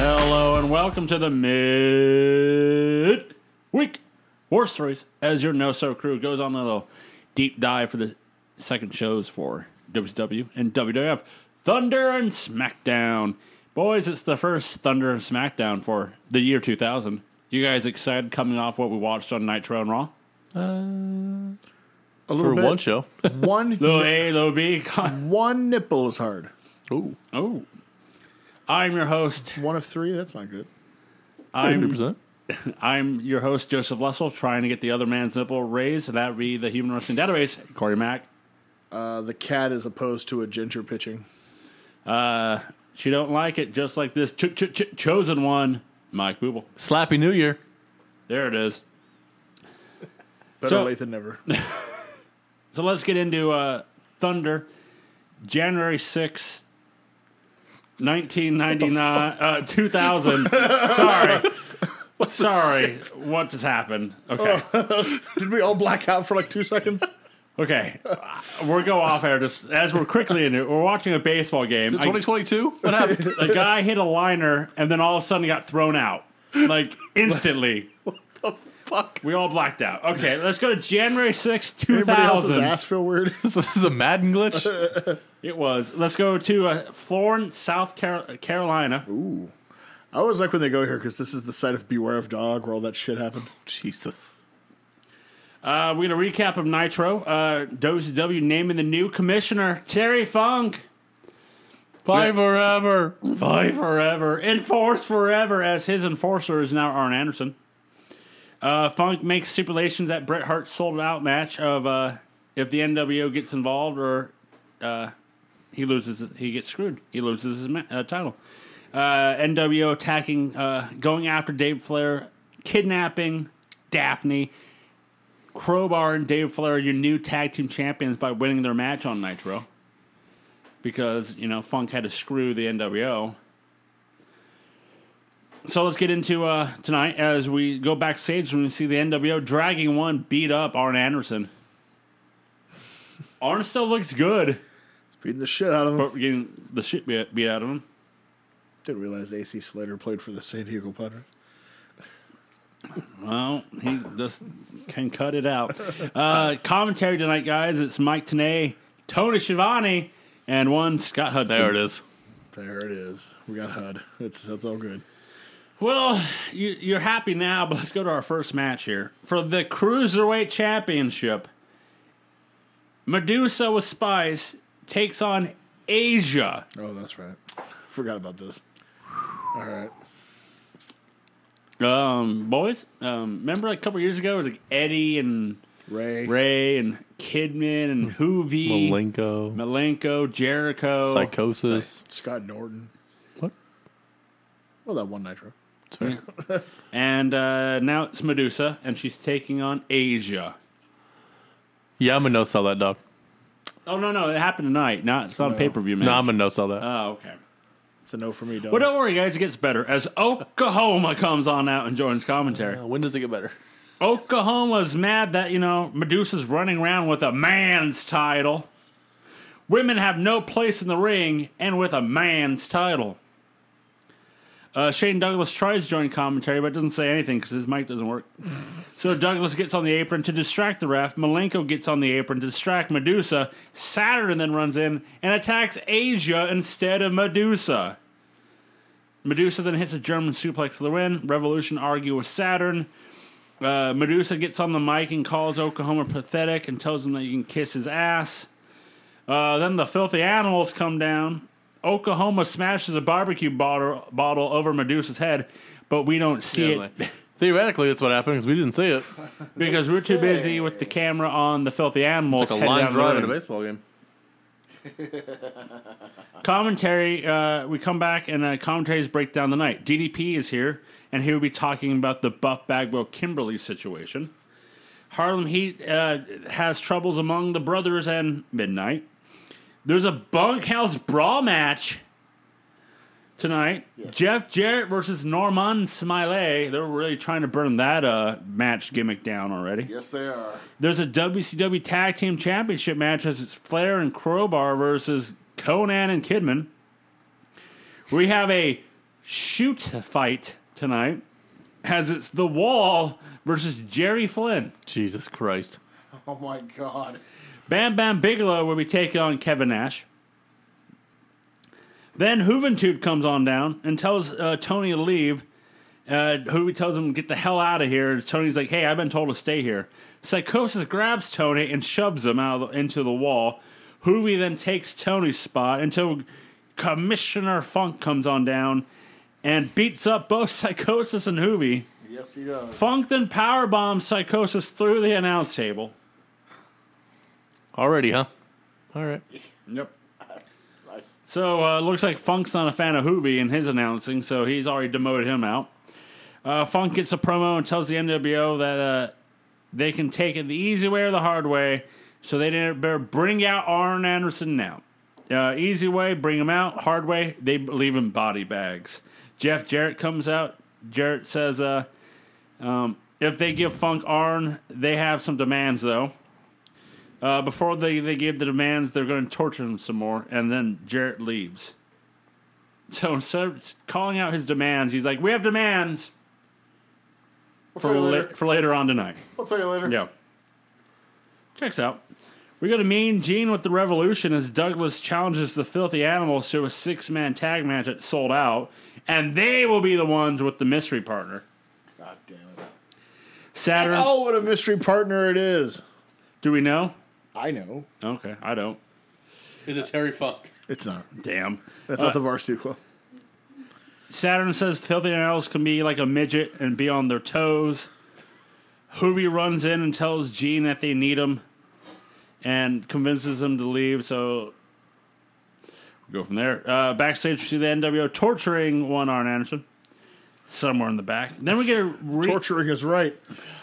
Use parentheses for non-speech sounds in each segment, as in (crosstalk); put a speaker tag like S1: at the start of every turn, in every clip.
S1: and welcome to the mid week war stories. As your no so crew goes on a little deep dive for the second shows for WCW and WWF Thunder and SmackDown. Boys, it's the first Thunder and SmackDown for the year 2000. You guys excited coming off what we watched on Nitro and Raw?
S2: A
S3: for
S2: little
S3: one
S2: bit.
S3: show.
S2: (laughs)
S3: (laughs)
S2: One,
S1: Little
S2: one,
S1: A, little B. con-
S2: one nipple is hard.
S3: Ooh,
S1: Oh, I'm your host.
S2: One of three. That's not good.
S1: I'm
S3: 100%.
S1: I'm your host, Joseph Lussell, trying to get the other man's nipple raised. So that would be the Human Wrestling Database, Corey Mack.
S2: Uh, the cat is opposed to a ginger pitching.
S1: She don't like it, just like this ch- ch- ch- chosen one, Mike Booble.
S3: Slappy New Year.
S1: There it is.
S2: Better
S1: So-
S2: late than never. (laughs)
S1: So let's get into uh, Thunder, January sixth, 1999, uh, 2000. Sorry. Sorry. What just happened? Okay.
S2: Did we all black out for like two seconds?
S1: Okay. We'll go off air just as we're quickly into it. We're watching a baseball game. I-
S3: 2022? What happened?
S1: a guy hit a liner and then all of a sudden got thrown out like instantly
S3: Fuck.
S1: we all blacked out okay let's go to january sixth,
S2: Everybody else's
S1: 2000
S2: ass feel weird.
S3: (laughs)
S2: (laughs)
S3: This is a Madden (laughs) glitch.
S1: it was let's go to uh, florence south Car- carolina
S2: I always like when they go here because this is the site of Beware of Dog where all that shit happened.
S3: Jesus.
S1: uh, we're gonna recap of nitro uh, wcw naming the new commissioner terry funk
S3: Bye forever.
S1: Bye forever. Enforce forever, as his enforcer is now Arn Anderson. Uh, Funk makes stipulations that Bret Hart's sold out match of uh, if the NWO gets involved or uh, he loses, he gets screwed. He loses his ma- uh, title. Uh, NWO attacking, uh, going after Dave Flair, kidnapping Daphne. Crowbar and Dave Flair are your new tag team champions by winning their match on Nitro because you know Funk had to screw the NWO. So let's get into uh, tonight as we go backstage and we see the NWO dragging one beat up Arn Anderson. Arn still looks good,
S2: Beating the shit out of him.
S1: but we're getting the shit beat, beat out of him.
S2: Didn't realize AC Slater played for the San Diego Padres.
S1: Well, he just can cut it out. Uh, commentary tonight, guys. It's Mike Tanay, Tony Schiavone, and one Scott Hudson.
S3: There it is.
S2: There it is. We got HUD. That's that's all good.
S1: Well, you, you're happy now, but let's go to our first match here for the cruiserweight championship. Medusa with Spice takes on Asia.
S2: Oh, that's right. Forgot about this. All right.
S1: Um, boys, um, remember like a couple years ago, it was like Eddie and
S2: Ray.
S1: Ray and Kidman and Hoovy,
S3: Malenko.
S1: Malenko, Jericho,
S3: Psychosis.
S2: Scott Norton.
S3: What?
S2: Well, that one Nitro.
S1: and uh, now it's Medusa, and she's taking on Asia.
S3: Yeah, I'm going to no sell that dog.
S1: Oh no, no, it happened tonight. Not it's not
S2: No.
S1: pay per view match.
S3: No, I'm going to no sell that.
S1: oh, okay.
S2: It's a no for me, dog.
S1: But don't worry, guys, it gets better as Oklahoma comes on out and joins commentary.
S3: when does it get better?
S1: Oklahoma's mad that, you know, Medusa's running around with a man's title. Women have no place in the ring and with a man's title. Uh, Shane Douglas tries to join commentary, but doesn't say anything because his mic doesn't work. so Douglas gets on the apron to distract the ref. Malenko gets on the apron to distract Medusa. Saturn then runs in and attacks Asia instead of Medusa. Medusa then hits a German suplex for the win. Revolution argue with Saturn. Uh, Medusa gets on the mic and calls Oklahoma pathetic and tells him that you can kiss his ass. Uh, then the filthy animals come down. Oklahoma smashes a barbecue bottle, bottle over Medusa's head, but we don't see it
S3: (laughs) Theoretically, that's what happened because we didn't see it.
S1: because we're too busy with the camera on the filthy animals.
S3: Like a
S1: headed
S3: line
S1: down the
S3: drive
S1: road.
S3: in a baseball game.
S1: Commentary. Uh, we come back and uh, commentaries break down the night. DDP is here, and he will be talking about the Buff Bagwell Kimberly situation. Harlem Heat uh, has troubles among the brothers, and midnight. There's a bunkhouse brawl match tonight. Jeff Jarrett versus Norman Smiley. They're really trying to burn that uh, match gimmick down already.
S2: yes, they are. (laughs)
S1: There's a WCW Tag Team Championship match as it's Flair and Crowbar versus Conan and Kidman. We have a shoot fight tonight as it's The Wall versus Jerry Flynn.
S3: Jesus Christ.
S2: Oh my god.
S1: Bam Bam Bigelow will be taking on Kevin Nash. Then Juventud comes on down and tells uh, Tony to leave. Uh, Hoovy tells him, get the hell out of here. And Tony's like, hey, I've been told to stay here. Psychosis grabs Tony and shoves him out of the, into the wall. Hoovy then takes Tony's spot until Commissioner Funk comes on down and beats up both (laughs) Psychosis and Hoovy.
S2: Yes, he does.
S1: Funk then powerbombs Psychosis through the announce table.
S3: Already, huh? All right.
S1: Yep. So uh, looks like Funk's not a fan of Hoovy and his announcing, so he's already demoted him out. Uh, Funk gets a promo and tells the NWO that uh, they can take it the easy way or the hard way, so they didn't better bring out Arn Anderson now. Uh, easy way, bring him out. Hard way, they leave him body bags. Jeff Jarrett comes out. Jarrett says, uh, um, if they give Funk Arn, they have some demands though. Uh, before they, they give the demands, they're going to torture him some more, and then Jarrett leaves. (laughs) So instead of calling out his demands, he's like, "We have demands
S2: We'll
S1: for
S2: tell you
S1: la-
S2: later.
S1: for later on tonight."
S2: I'll tell you later.
S1: Yeah, checks out. We go to Mean Gene with the Revolution as Douglas challenges the Filthy Animals to a six man tag match that's sold out, and they will be the ones with the mystery partner.
S2: God damn it.
S1: Saturn,
S2: Oh, what a mystery partner it is.
S1: do we know?
S2: I know.
S1: Okay, I don't.
S3: Is it Terry Funk?
S2: It's not.
S1: Damn.
S2: That's not the varsity club.
S1: Saturn says filthy animals can be like a midget and be on their toes. Hoovy runs in and tells Gene that they need him and convinces him to leave. So we go from there. Uh, backstage, we see the NWO torturing one Arn Anderson somewhere in the back. Then we get a re-
S2: Torturing is right.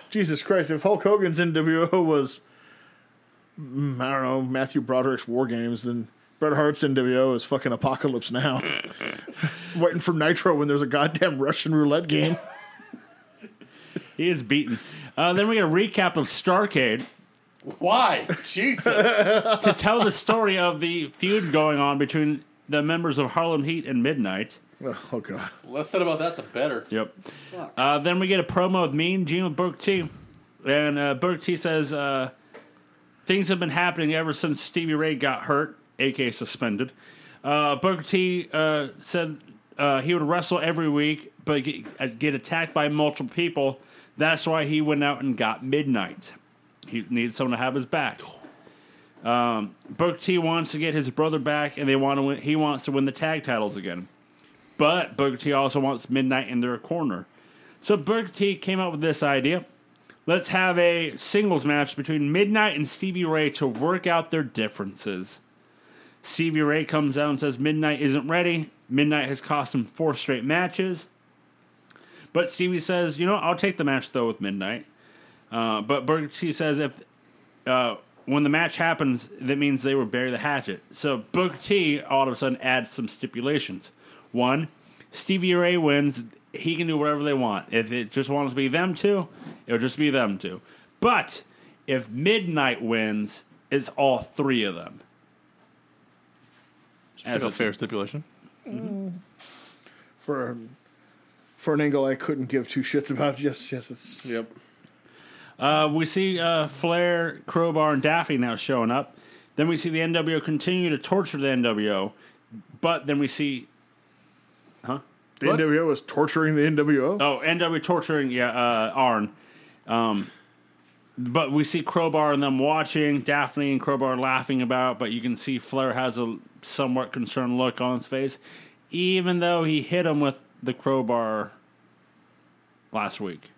S2: Jesus Christ, if Hulk Hogan's NWO was, mm, I don't know, Matthew Broderick's War Games, then Bret Hart's NWO is fucking Apocalypse Now. (laughs) Waiting for Nitro when there's a goddamn Russian roulette game.
S1: (laughs) He is beaten. Uh, then we get a recap of Starcade
S3: Why? Jesus. (laughs)
S1: to tell the story of the feud going on between the members of Harlem Heat and Midnight.
S2: (laughs) Oh, oh, God.
S3: Less said about that, the better.
S1: Yep. Uh, then we get a promo of me and Gene with Burke T. And uh, Burke T says uh, things have been happening ever since Stevie Ray got hurt, aka suspended. Uh, Burke T uh, said uh, he would wrestle every week, but get, uh, get attacked by multiple people. That's why he went out and got Midnight. He needed someone to have his back. Um, Burke T wants to get his brother back, and they want to. Win, he wants to win the tag titles again. But Booker T also wants Midnight in their corner. So Booker T came up with this idea. Let's have a singles match between Midnight and Stevie Ray to work out their differences. Stevie Ray comes out and says Midnight isn't ready. Midnight has cost him four straight matches. But Stevie says, you know, I'll take the match though with Midnight. Uh, but Booker T says if uh, when the match happens, that means they were bury the hatchet. So Booker T all of a sudden adds some stipulations. One, Stevie Ray wins. He can do whatever they want. If it just wants to be them two, it'll just be them two. But if Midnight wins, it's all three of them. As
S3: That's a
S1: a
S3: fair stipulation.
S2: For, um, for an angle I couldn't give two shits about. (laughs) Yes, yes, it's.
S3: Yep.
S1: Uh, we see uh, Flair, Crowbar, and Daffy now showing up. Then we see the NWO continue to torture the NWO. But then we see
S2: The NWO is torturing the NWO.
S1: Oh, NW torturing, yeah, uh, Arn. Um, but we see Crowbar and them watching, Daphne and Crowbar laughing about, but you can see Flair has a somewhat concerned look on his face, even though he hit him with the crowbar last week.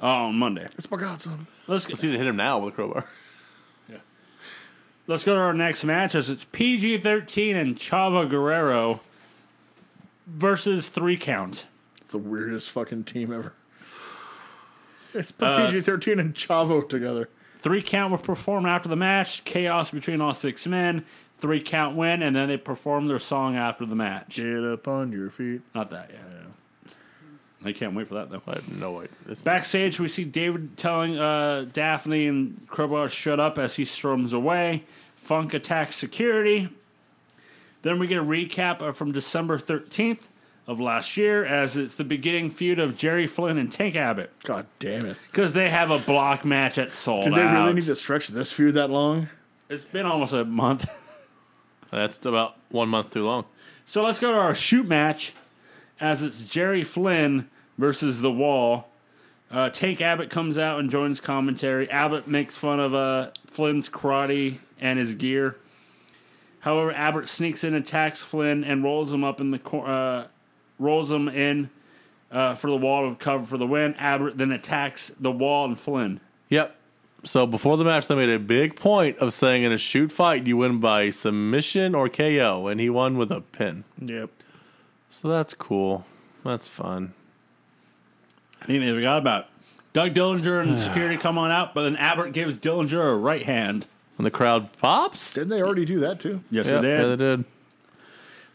S1: Oh, on Monday.
S2: It's my godson.
S1: Let's go,
S3: Let's need to hit him now with a crowbar.
S1: let's go to our next match as it's PG 13 and Chava Guerrero versus Three Count.
S2: It's the weirdest fucking team ever. Uh, It's put PG 13 and Chavo together.
S1: Three count were performed after the match. Chaos between all six men. Three count win, and then they performed their song after the match.
S2: Get up on your feet.
S1: Not that, yeah. I can't wait for that though.
S3: I have no idea. This
S1: Backstage, we see David telling uh, Daphne and Crowbar shut up as he storms away. Funk attacks security. Then we get a recap of from December 13th of last year, as it's the beginning feud of Jerry Flynn and Tank Abbott
S2: God damn it.
S1: because they have a block match at Sold
S2: Do they
S1: Out.
S2: really need to stretch this feud that long?
S1: it's been almost a month. (laughs)
S3: That's about one month too long.
S1: So let's go to our shoot match, as it's Jerry Flynn versus The Wall. Uh, Tank Abbott comes out and joins commentary. Abbott makes fun of uh, Flynn's karate and his gear. However, Abbott sneaks in, attacks Flynn, and rolls him up in the cor- uh, rolls him in uh, for the wall to cover for the win. Abbott then attacks the wall and Flynn.
S3: Yep. So before the match, they made a big point of saying in a shoot fight, you win by submission or KO, and he won with a pin.
S2: Yep.
S3: So that's cool. That's fun.
S1: I think they forgot about it. Doug Dillinger (sighs) and security come on out, but then Abbott gives Dillinger a right hand.
S3: And the crowd pops.
S2: Didn't they already do that too?
S1: Yes,
S3: Yep,
S1: it did.
S3: Yeah, they did.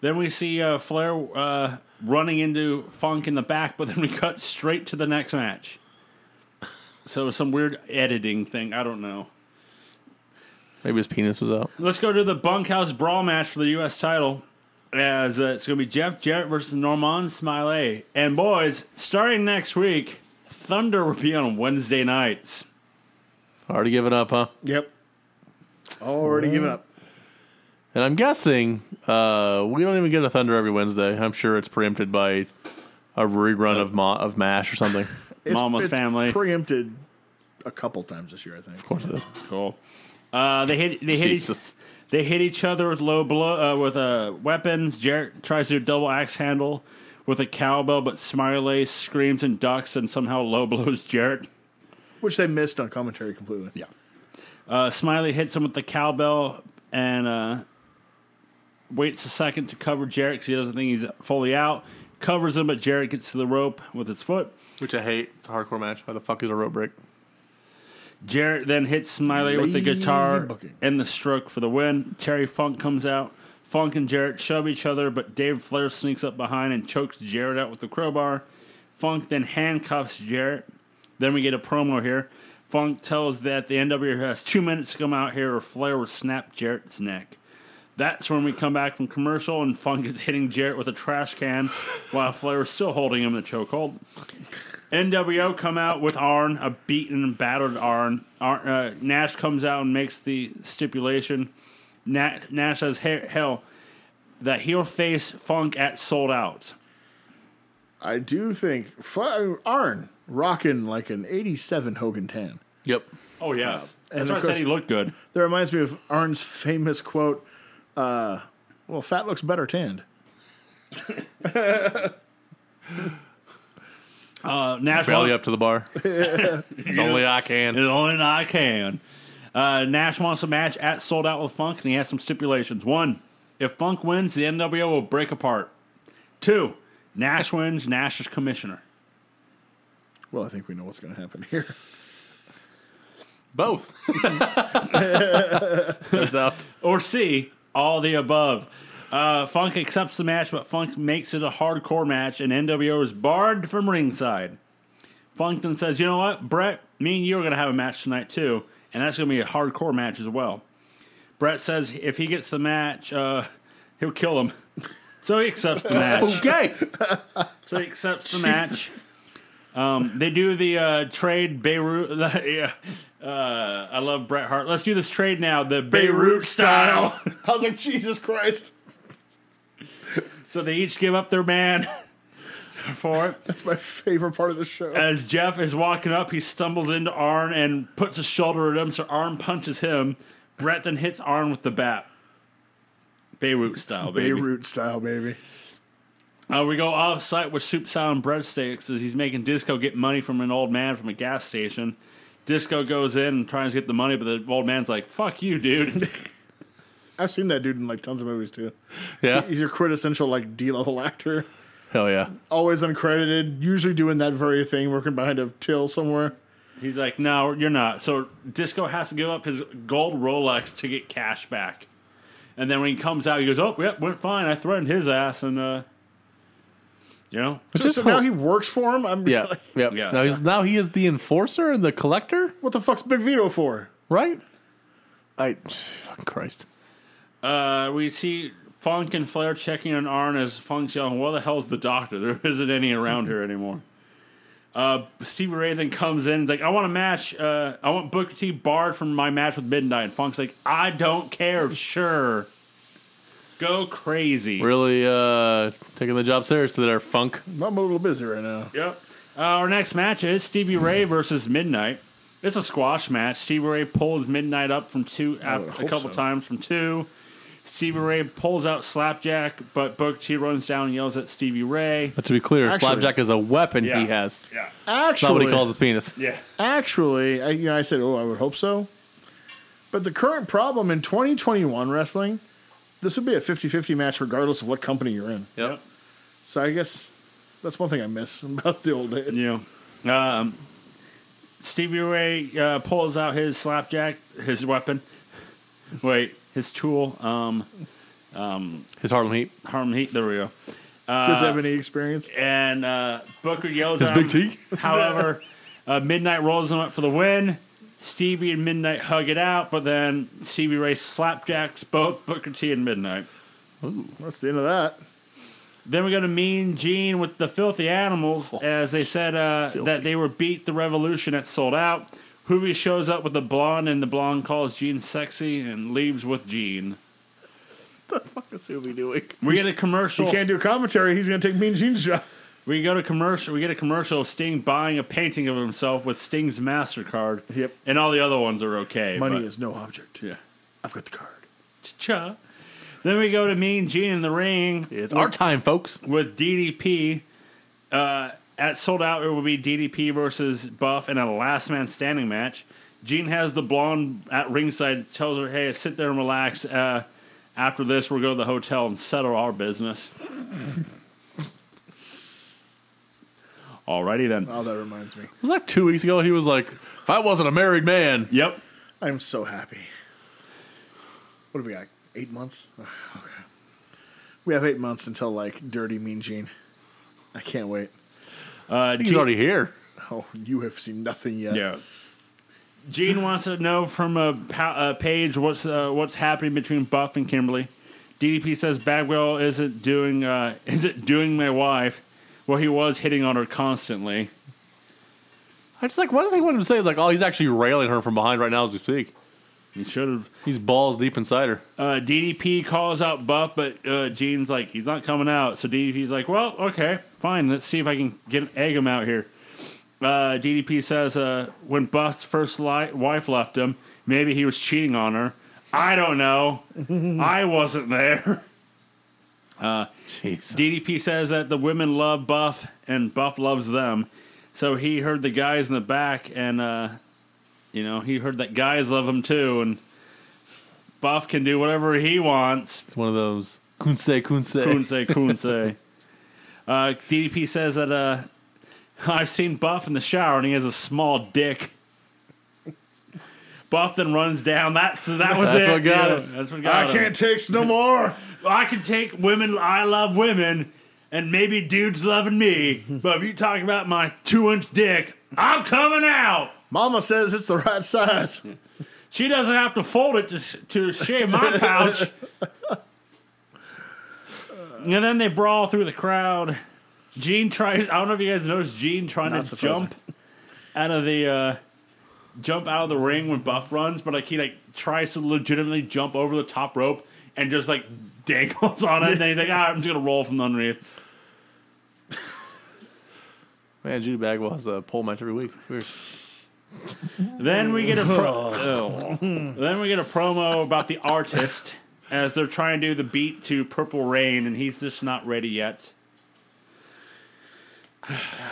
S1: Then we see uh, Flair uh, running into Funk in the back, but then we cut straight to the next match. So some weird editing thing. I don't know.
S3: Maybe his penis was out.
S1: Let's go to the bunkhouse brawl match for the U.S. title. As uh, it's going to be Jeff Jarrett versus Norman Smiley. And boys, starting next week, Thunder will be on Wednesday nights.
S3: Already given up, huh?
S2: Yep. Already given up.
S3: And I'm guessing uh, we don't even get a Thunder every Wednesday. I'm sure it's preempted by a rerun of Ma- of Mash or something. of
S2: It's-
S1: Mama's
S2: it's
S1: family.
S2: preempted a couple times this year, I think.
S3: course it is.
S1: Cool. Uh, they hit. They hit. Each,
S3: Jesus.
S1: They hit each other with low blow uh, with uh, weapons. Jarrett tries to do a double axe handle with a cowbell, but Smiley screams and ducks and somehow low (laughs) blows Jarrett.
S2: Which they missed on commentary completely.
S1: Yeah. Uh, Smiley hits him with the cowbell and uh, waits a second to cover Jarrett because he doesn't think he's fully out. Covers him, but Jarrett gets to the rope with his foot.
S3: Which I hate. It's a hardcore match. Why the fuck is a rope break?
S1: Jarrett then hits Smiley with the
S2: Lazy
S1: guitar
S2: booking.
S1: and the stroke for the win. Terry Funk comes out. Funk and Jarrett shove each other, but Dave Flair sneaks up behind and chokes Jarrett out with the crowbar. Funk then handcuffs Jarrett. Then we get a promo here. Funk tells that the NWO has two minutes to come out here or Flair will snap Jarrett's neck. That's when we come back from commercial and Funk is hitting Jarrett with a trash can while Flair is still holding him in the chokehold. NWO come out with Arn, a beaten and battered Arn. Arn uh, Nash comes out and makes the stipulation. Na- Nash says, "He- hell, that he'll face Funk at sold out.
S2: I do think Fl- Arn rocking like an 87 Hogan 10.
S3: Yep.
S1: Oh, yes.
S2: Uh, and
S1: That's why
S2: of
S1: I said he
S2: course-
S1: looked good.
S2: That reminds me of Arn's famous quote, uh, well, fat looks better tanned.
S1: Uh, Nash
S3: Belly
S1: wants-
S3: up to
S2: (laughs)
S3: the bar. it's only I can.
S1: It's only I can. Uh, Nash wants a match at sold out with Funk, and he has some stipulations. One, if Funk wins, the NWO will break apart. Two, Nash wins, Nash is commissioner.
S2: Well, I think we know what's going to happen here.
S3: Both. Turns out.
S1: or C, all the above. Uh, Funk accepts the match, but Funk makes it a hardcore match, and NWO is barred from ringside. Funk then says, You know what, Brett, me and you are going to have a match tonight, too, and that's going to be a hardcore match as well. Brett says if he gets the match, uh, he'll kill him. So he accepts the
S2: (laughs)
S1: match.
S3: (laughs) Okay.
S1: So he accepts the match. Um, they do the uh, trade Beirut. (laughs) yeah, uh, I love Bret Hart. Let's do this trade now. The Beirut style.
S2: (laughs) I was like, Jesus Christ.
S1: So they each give up their man (laughs) for it.
S2: That's my favorite part of the show.
S1: As Jeff is walking up, he stumbles into Arn and puts his shoulder at him, so Arn punches him. Brett then hits Arn with the bat. Beirut style, baby.
S2: Beirut style, baby.
S1: Uh, we go off site with Soup Sound Breadsticks as he's making Disco get money from an old man from a gas station. Disco goes in and tries to get the money, but the old man's like, fuck you, dude.
S2: I've seen that dude in like tons of movies too.
S3: Yeah.
S2: He's your quintessential like D level actor.
S3: Hell yeah.
S2: Always uncredited, usually doing that very thing, working behind a till somewhere.
S1: he's like, no, you're not. So Disco has to give up his gold Rolex to get cash back. And then when he comes out, he goes, oh, yep, went fine. I threatened his ass and, uh, you know,
S2: So,
S3: Just
S2: so
S3: hol-
S2: now he works for him. I'm
S3: Yeah.
S2: (laughs) like,
S3: Yeah.
S1: Yes.
S3: Now, he's, now he is the enforcer and the collector,
S2: what the fuck's Big Vito for?
S3: right? I. Fucking Christ.
S1: uh, we see Funk and Flair checking on Arn as Funk's yelling, Where the hell's the doctor? There isn't any around here anymore. Uh, Stevie Ray then comes in and is like, I want a match. Uh, I want Booker T barred from my match with Midnight. And Funk's like, I don't care. Sure. Go crazy.
S3: Really uh, taking the job seriously there, Funk.
S2: I'm a little busy right now.
S1: Yep. Uh, our next match is Stevie Ray
S2: Hmm.
S1: versus Midnight. It's a squash match. Stevie Ray pulls Midnight up from two
S2: Oh,
S1: uh,
S2: I
S1: a
S2: would hope
S1: couple
S2: so.
S1: times from two. Stevie Ray pulls out Slapjack, but Booker T runs down and yells at Stevie Ray.
S3: But to be clear,
S2: Actually-
S3: Slapjack is a weapon
S1: Yeah.
S3: he has.
S1: Yeah.
S2: Actually,
S3: That's not what he calls his penis.
S1: Yeah.
S2: actually, I, you know, I said, oh, I would hope so. But the current problem in 2021 wrestling, this would be a 50 50 match regardless of what company you're in.
S3: Yep.
S2: So I guess that's one thing I miss (laughs) about the old days.
S1: Yeah. Um, Stevie Ray uh, pulls out his Slapjack, his weapon. Wait, his tool. Um,
S3: His Harlem Heat.
S1: Harm Heat. There we go.
S2: Does he have any experience?
S1: and uh, Booker yells
S3: His
S1: at
S3: big
S1: him.
S3: teeth?
S1: (laughs) However, uh, Midnight rolls him up for the win. Stevie and Midnight hug it out, but then Stevie Ray slapjacks both Booker T and Midnight.
S2: That's the end of that.
S1: Then we go to Mean Gene with the Filthy Animals, as they said uh, that they were beat the Revolution at Sold Out. Hoovy shows up with the blonde, and the blonde calls Gene sexy and leaves with Gene.
S3: Let's see what we doing.
S1: We
S2: (laughs)
S1: get a
S2: He
S1: commercial.
S2: can't do commentary. He's going to take Mean Gene's job.
S1: We go to commercial. We get a commercial of Sting buying a painting of himself with Sting's Mastercard.
S2: Yep.
S1: And all the other ones are okay.
S2: Money
S1: but-
S2: is no object.
S1: yeah.
S2: I've got the card.
S1: Cha. Then we go to Mean Gene in the ring
S3: It's our time, folks.
S1: with DDP. Uh, at sold out, it will be DDP versus Buff in a last man standing match. Gene has the blonde at ringside. Tells her, "Hey, sit there and relax. Uh, after this, we'll go to the hotel and settle our
S2: (laughs)
S1: business." Alrighty then.
S2: Oh, that reminds me.
S3: Was that two weeks ago? He was like, if I wasn't a married man.
S1: Yep.
S2: I'm so happy. What do we got? Eight months? Okay. We have eight months until like Dirty Mean Gene. I can't wait.
S1: Uh,
S3: He's
S1: Gene-
S3: already here.
S2: Oh, you have seen nothing yet.
S1: Yeah. Gene wants to know from a, pa- a page what's uh, what's happening between Buff and Kimberly. DDP says Bagwell isn't doing uh, (laughs) isn't doing my wife. Well, he was hitting on her constantly.
S3: I just like, why does he want him to say, like, oh, he's actually railing her from behind right now as we speak?
S1: He should have.
S3: He's balls deep inside her.
S1: Uh, DDP calls out Buff, but uh, Gene's like he's not coming out. So DDP's like, well, okay, fine. Let's see if I can get egg him out here. Uh, DDP says uh, when Buff's first li- wife left him, maybe he was cheating on her. I don't know. I wasn't there. (laughs)
S3: Jeez.
S1: DDP says that the women love Buff and Buff loves them. So he heard the guys in the back and, uh, you know, he heard that guys love him too. And Buff can do whatever he wants.
S3: It's one of those kunse kunse.
S1: Kunse, Kunse. uh, DDP says that uh, I've seen Buff in the shower and he has a small dick. Buff then runs down. That's that was
S3: That's
S1: it.
S3: what got
S1: Yeah,
S3: him.
S1: That's what
S2: I
S1: got him.
S2: can't take no more. (laughs)
S1: I can take women. I love women, and maybe dudes loving me. But if you talk about my two-inch dick, I'm coming out.
S2: Mama says it's the right size. (laughs)
S1: She doesn't have to fold it to to shave my pouch. and then they brawl through the crowd. Gene tries. I don't know if you guys noticed Gene trying
S2: Not
S1: to
S2: supposed
S1: jump out of the uh, jump out of the ring when Buff runs, but like he like tries to legitimately jump over the top rope and just like dangles (laughs) on it. and then he's like, ah, I'm just gonna roll from underneath.
S3: Man, Judy Bagwell has a pole match every week. Weird.
S1: Then we get a
S2: (laughs)
S1: pro-
S2: Oh.
S1: (laughs) then we get a promo about the artist as they're trying to do the beat to Purple Rain, and he's just not ready
S2: (sighs)
S1: yet.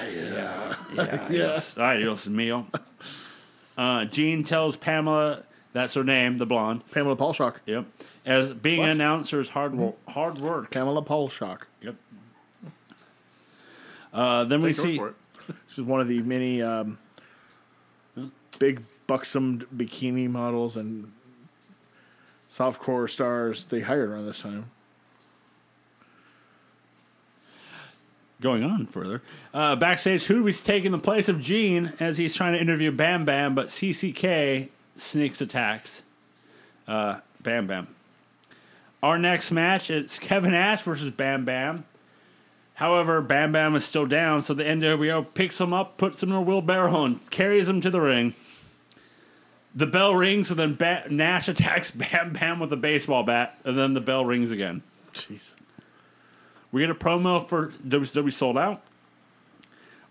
S2: Yes.
S1: Adios, meal. Uh, Jean tells Pamela that's her name, the blonde.
S2: Pamela Paulshock.
S1: Yep, as being
S2: What?
S1: an announcer is hard work. Hard work.
S2: Pamela Paulshock.
S1: Yep. Uh, then we see
S2: She's one of the many um, big buxom bikini models and softcore stars they hired around this time.
S1: going on further. Uh, backstage, Hoovy's taking the place of Gene as he's trying to interview Bam Bam, but CCK sneaks attacks uh, Bam Bam. Our next match is Kevin Ash versus Bam Bam. However, Bam Bam is still down, so the NWO picks him up, puts him in a wheelbarrow, and carries him to the ring. The bell rings, and then ba- Nash attacks (laughs) Bam Bam with a baseball bat, and then the bell rings again.
S2: Jeez.
S1: We get a promo for WWE Sold Out.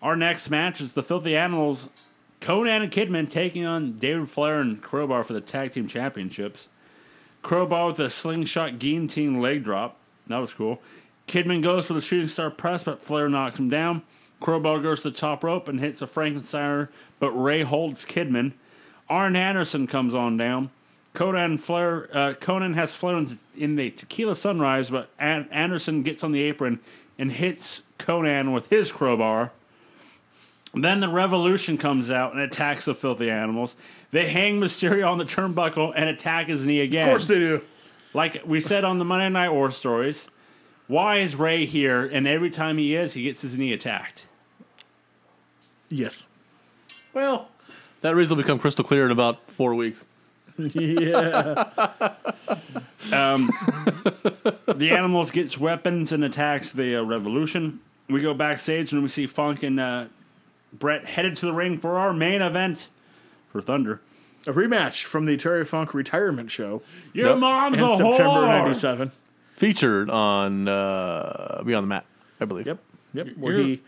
S1: Our next match is the Filthy Animals, Conan and Kidman taking on David Flair and Crowbar for the Tag Team Championships. Crowbar with a slingshot guillotine leg drop. That was cool. Kidman goes for the shooting star press, but Flair knocks him down. Crowbar goes to the top rope and hits a Frankensteiner, but Ray holds Kidman. Arn Anderson comes on down. Conan and Flair, uh, Conan has Flair in, in the tequila sunrise, but An- Anderson gets on the apron and hits Conan with his crowbar. Then the Revolution comes out and attacks the filthy animals. They hang Mysterio on the turnbuckle and attack his knee again
S2: Of course they do.
S1: like we said on the Monday Night War stories, why is Ray here? And every time he is, he gets his knee attacked.
S2: Yes.
S3: Well, that reason will become crystal clear in about four weeks.
S2: yeah.
S3: (laughs)
S1: The animals gets weapons and attacks the uh, Revolution. We go backstage and we see Funk and uh, Brett headed to the ring for our main event for Thunder.
S2: A rematch from the Terry Funk retirement show
S1: Your
S3: Yep.
S1: mom's
S2: in
S1: a
S2: September
S1: whore.
S2: '97.
S3: Featured on uh, Beyond the Mat, I believe.
S2: Yep. Yep. Where he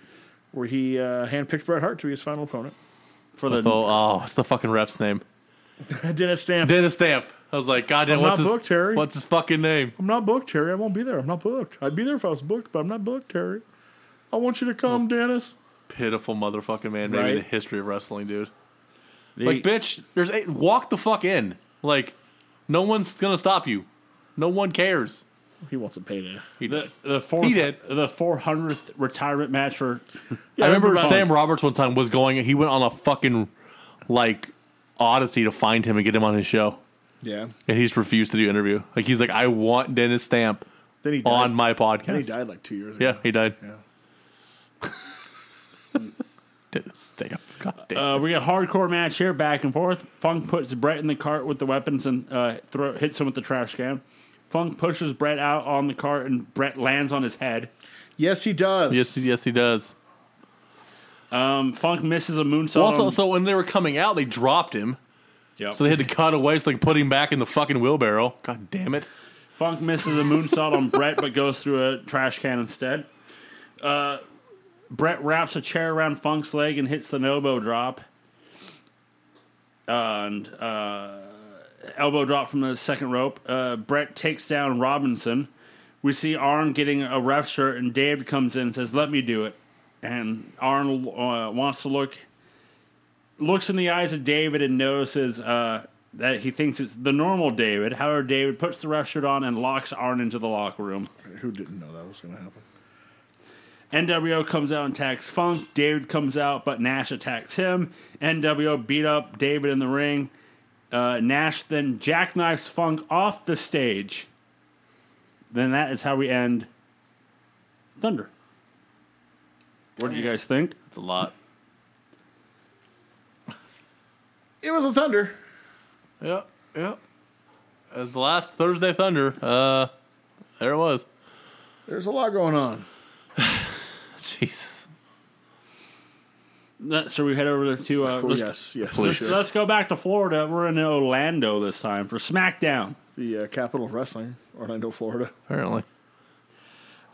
S2: where he uh, handpicked Bret Hart to be his final opponent.
S1: For
S3: With,
S1: the
S3: oh, oh, what's the fucking ref's name?
S2: Dennis Stamp.
S3: Dennis Stamp. I was like, God damn,
S2: I'm
S3: what's
S2: not
S3: his
S2: booked, Terry.
S3: what's his fucking name?
S2: I'm not booked, Terry. I won't be there. I'm not booked. I'd be there if I was booked, but I'm not booked, Terry. I want you to come, Dennis.
S3: Pitiful motherfucking man, maybe in the
S2: Right.
S3: history of wrestling, dude.
S1: the-
S3: Like, bitch, there's eight, walk the fuck in. Like, no one's gonna stop you. No one cares.
S2: He wants a payday.
S3: He-
S1: the the fourth,
S3: He did.
S1: the four hundredth retirement match for
S3: I remember
S1: remember
S3: Sam Roberts one time was going. He went on a fucking like odyssey to find him and get him on his show,
S2: Yeah.
S3: and he's refused to do interview. Like he's like, I want Dennis Stamp
S2: Then he died.
S3: on my podcast.
S2: then he died like two years ago.
S3: Yeah, he died.
S2: Yeah.
S3: (laughs) Dennis Stamp. God damn.
S1: Uh, we got a hardcore match here, back and forth. Funk puts Brett in the cart with the weapons and uh, throw, hits him with the trash can. Funk pushes Brett out on the cart, and Brett lands on his head.
S2: Yes, he does.
S3: yes, yes, he does.
S1: Um, Funk misses a moonsault.
S3: also,
S1: on-
S3: so when they were coming out, they dropped him.
S1: Yep.
S3: So they had to cut away, so they could put him back in the fucking wheelbarrow. God damn it.
S1: Funk misses a moonsault on Brett, but goes through a trash can instead. Uh, Brett wraps a chair around Funk's leg and hits the elbow drop. And uh, elbow drop from the second rope. Uh, Brett takes down Robinson. We see Arn getting a ref shirt, and Dave comes in and says, "Let me do it." And Arn uh, wants to look, looks in the eyes of David and notices uh, that he thinks it's the normal David. However, David puts the ref shirt on and locks Arn into the locker room.
S2: Who didn't know that was going to happen?
S1: NWO comes out and attacks Funk. David comes out, but Nash attacks him. NWO beat up David in the ring. Uh, Nash then jackknifes Funk off the stage. Then that is how we end Thunder. What do you guys think?
S3: It's a lot.
S2: It was a Thunder.
S3: Yep, yep. As the last Thursday Thunder, uh, there it was.
S2: There's a lot going on.
S3: (laughs) Jesus.
S1: That, so we head over to. Uh,
S2: Oh,
S1: let's,
S2: yes, yes, for
S3: Please.
S1: let's,
S2: sure.
S1: let's go back to Florida. We're in Orlando this time for SmackDown.
S2: The uh, capital of wrestling, Orlando, Florida.
S3: Apparently.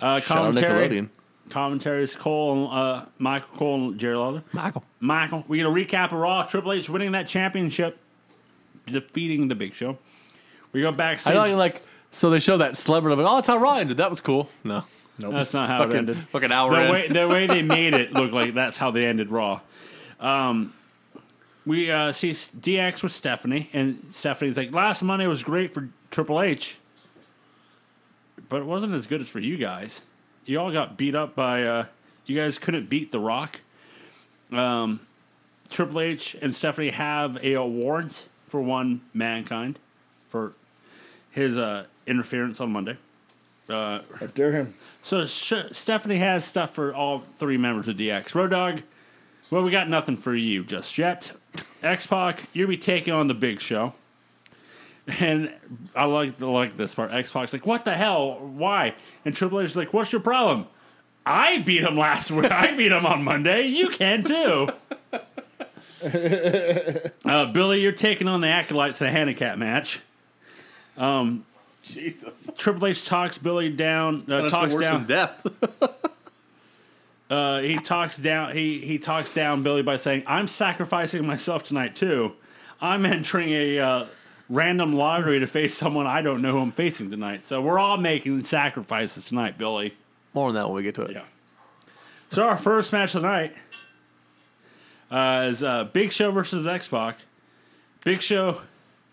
S1: Uh,
S3: Shout out
S1: commentary.
S3: Nickelodeon.
S1: Commentaries Cole, uh, Michael Cole, and Jerry Lawler.
S3: Michael.
S1: Michael, we get a recap of Raw. Triple H winning that championship, defeating the Big Show. We go
S3: I
S1: backstage.
S3: know you like, so they show that celebrity, like, oh, it's how Ryan did. That was cool. No. (laughs)
S2: Nope.
S1: that's not how it ended.
S3: Fucking, fucking hour
S1: The
S3: in.
S1: way, the way they made it looked like that's how they ended Raw. Um, we uh, see S- DX with Stephanie, and Stephanie's like, last Monday was great for Triple H, but it wasn't as good as for you guys. You all got beat up by, uh, you guys couldn't beat The Rock. Um, Triple H and Stephanie have a, uh, warrant for one Mankind for his uh, interference on Monday. Uh,
S2: I dare him.
S1: so sh- Stephanie has stuff for all three members of DX. Road Dog, well, we got nothing for you just yet. X Pac, you'll be taking on the Big Show. And I like I like this part. Xbox like, what the hell? Why? And Triple H is like, what's your problem? I beat him last week. I beat him on Monday. You can too. uh, Billy, you're taking on the acolytes in a handicap match.
S4: Jesus.
S1: Triple H talks Billy down. Uh,
S4: That's
S1: talks
S4: worse than
S1: down.
S4: death.
S1: Uh, he talks down. He he talks down Billy by saying, "I'm sacrificing myself tonight too. I'm entering a uh, random lottery to face someone I don't know who I'm facing tonight. So we're all making sacrifices tonight, Billy."
S3: (laughs) More on that when we get to it.
S1: Yeah. So our first match of the night uh, is uh, Big Show versus X Pac. Big Show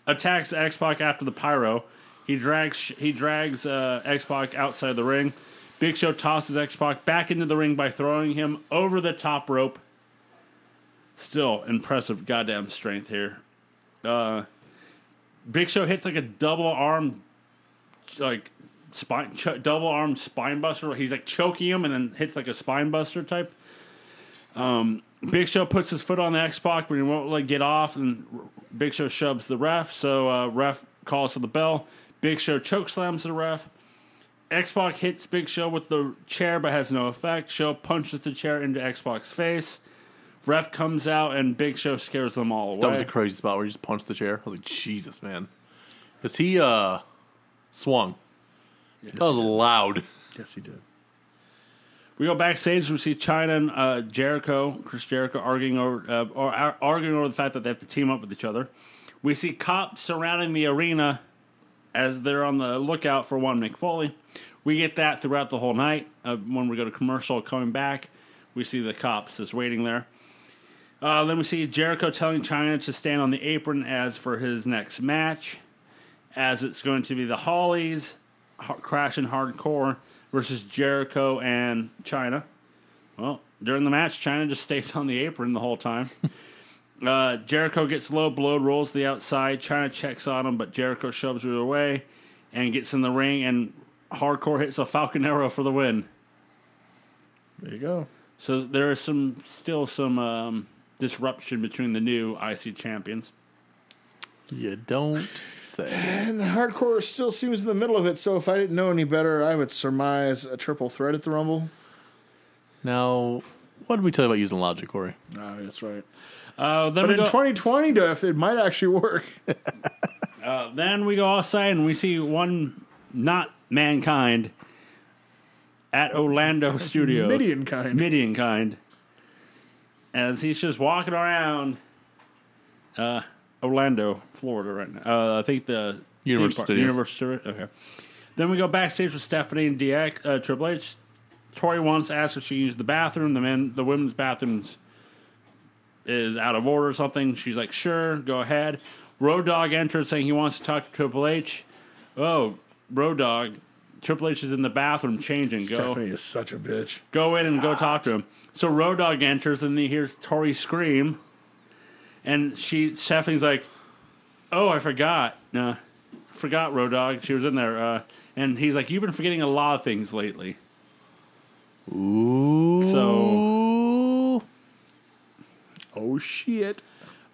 S1: attacks X Pac after the pyro. He drags he drags uh, X Pac outside the ring. Big Show tosses X Pac back into the ring by throwing him over the top rope. Still impressive goddamn strength here. Uh, Big Show hits like a double arm like spine ch- double armed spine buster. He's like choking him and then hits like a spine buster type. Um, Big Show puts his foot on the X Pac, but he won't like get off, and R- Big Show shoves the ref. So uh, ref calls for the bell. Big Show choke slams the ref. X Pac hits Big Show with the chair, but has no effect. Show punches the chair into X Pac's face. Ref comes out, and Big Show scares them all away.
S3: That was a crazy spot where he just punched the chair. I was like, Jesus, man. Because he uh, swung. that was loud.
S2: Yes, he did.
S1: We go backstage. We see China and uh, Jericho, Chris Jericho, arguing over uh, or, ar- arguing over the fact that they have to team up with each other. We see cops surrounding the arena as they're on the lookout for one Mick Foley. We get that throughout the whole night. Uh, when we go to commercial, coming back, we see the cops that's waiting there. Uh, then we see Jericho telling China to stand on the apron as for his next match, as it's going to be the Hollies Har- Crash and Hardcore versus Jericho and China. Well, during the match, China just (laughs) stays on the apron the whole time.
S2: (laughs)
S1: uh, Jericho gets low blowed, rolls to the outside. China checks on him, but Jericho shoves her away and gets in the ring, and Hardcore hits a Falcon Arrow for the win.
S2: There you go.
S1: So there is some still some um, disruption between the new IC champions.
S3: You don't say.
S2: And the hardcore still seems in the middle of it. So if I didn't know any better, I would surmise a triple threat at the Rumble.
S3: Now, what did we tell you about using logic, Corey?
S2: Ah, that's right.
S1: Uh, then
S2: But
S1: we
S2: in
S1: go,
S2: 2020, Duff, it might actually work. (laughs)
S1: Then we go outside and we see one not mankind at Orlando Studios.
S2: Midian kind.
S1: Midian kind. As he's just walking around uh, Orlando, Florida right now. Uh, I think the
S3: Universal
S1: theme park-
S3: Studios.
S1: Universal Studios. Okay. Then we go backstage with Stephanie and DX, uh, Triple H. Tori wants to ask if she can use the bathroom. The men, the women's bathrooms is out of order or something. She's like, sure, go ahead. Road Dog enters saying he wants to talk to Triple H. Oh, Road Dog, Triple H is in the bathroom changing. Go
S2: Stephanie is such a bitch.
S1: go in and go talk to him. So Road Dogg enters and he hears Tori scream, and she Stephanie's like, "Oh, I forgot. No, forgot Road Dogg. She was in there." Uh, and he's like, "You've been forgetting a lot of things lately."
S3: Ooh.
S1: So-
S2: Oh shit!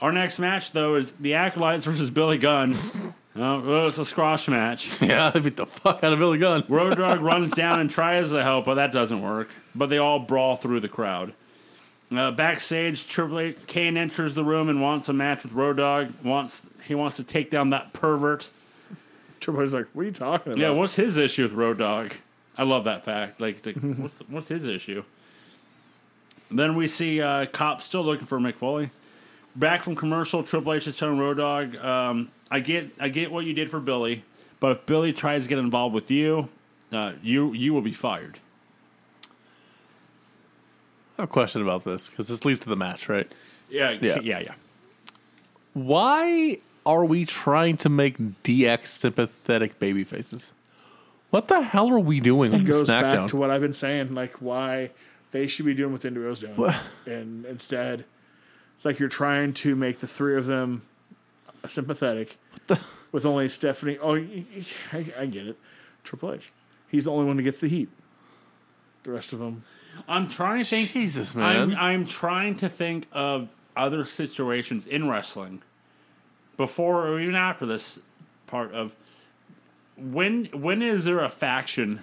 S1: Our next match though is the Acolytes versus Billy Gunn. (laughs) Oh, well, it's a squash match.
S3: (laughs) Yeah, they beat the fuck out of Billy Gunn.
S1: Road Dog runs down and tries to help, but that doesn't work. But they all brawl through the crowd. Uh, backstage, Triple H, Kane enters the room and wants a match with Road Dog. Wants he wants to take down that pervert.
S2: Triple H's like, what are you talking about?
S1: Yeah, what's his issue with Road Dog? I love that fact. Like, it's like what's what's his issue? Then we see uh, cops still looking for McFoley. Back from commercial, Triple H is telling Road Dog, um, "I get, I get what you did for Billy, but if Billy tries to get involved with you, uh, you you will be fired."
S3: I have a question about this because this leads to the match, right?
S1: Yeah, yeah,
S3: Yeah.
S1: yeah, yeah.
S3: Why are we trying to make DX sympathetic baby faces? What the hell are we doing on
S2: It goes
S3: SmackDown?
S2: back to what I've been saying, like why they should be doing what the NWO's doing, and instead, it's like you're trying to make the three of them sympathetic, with only Stephanie. Oh, y- y- I, I get it. Triple H, he's the only one who gets the heat. The rest of them,
S1: I'm trying to think.
S3: Jesus, man.
S1: I'm I'm trying to think of other situations in wrestling before or even after this part of when when is there a faction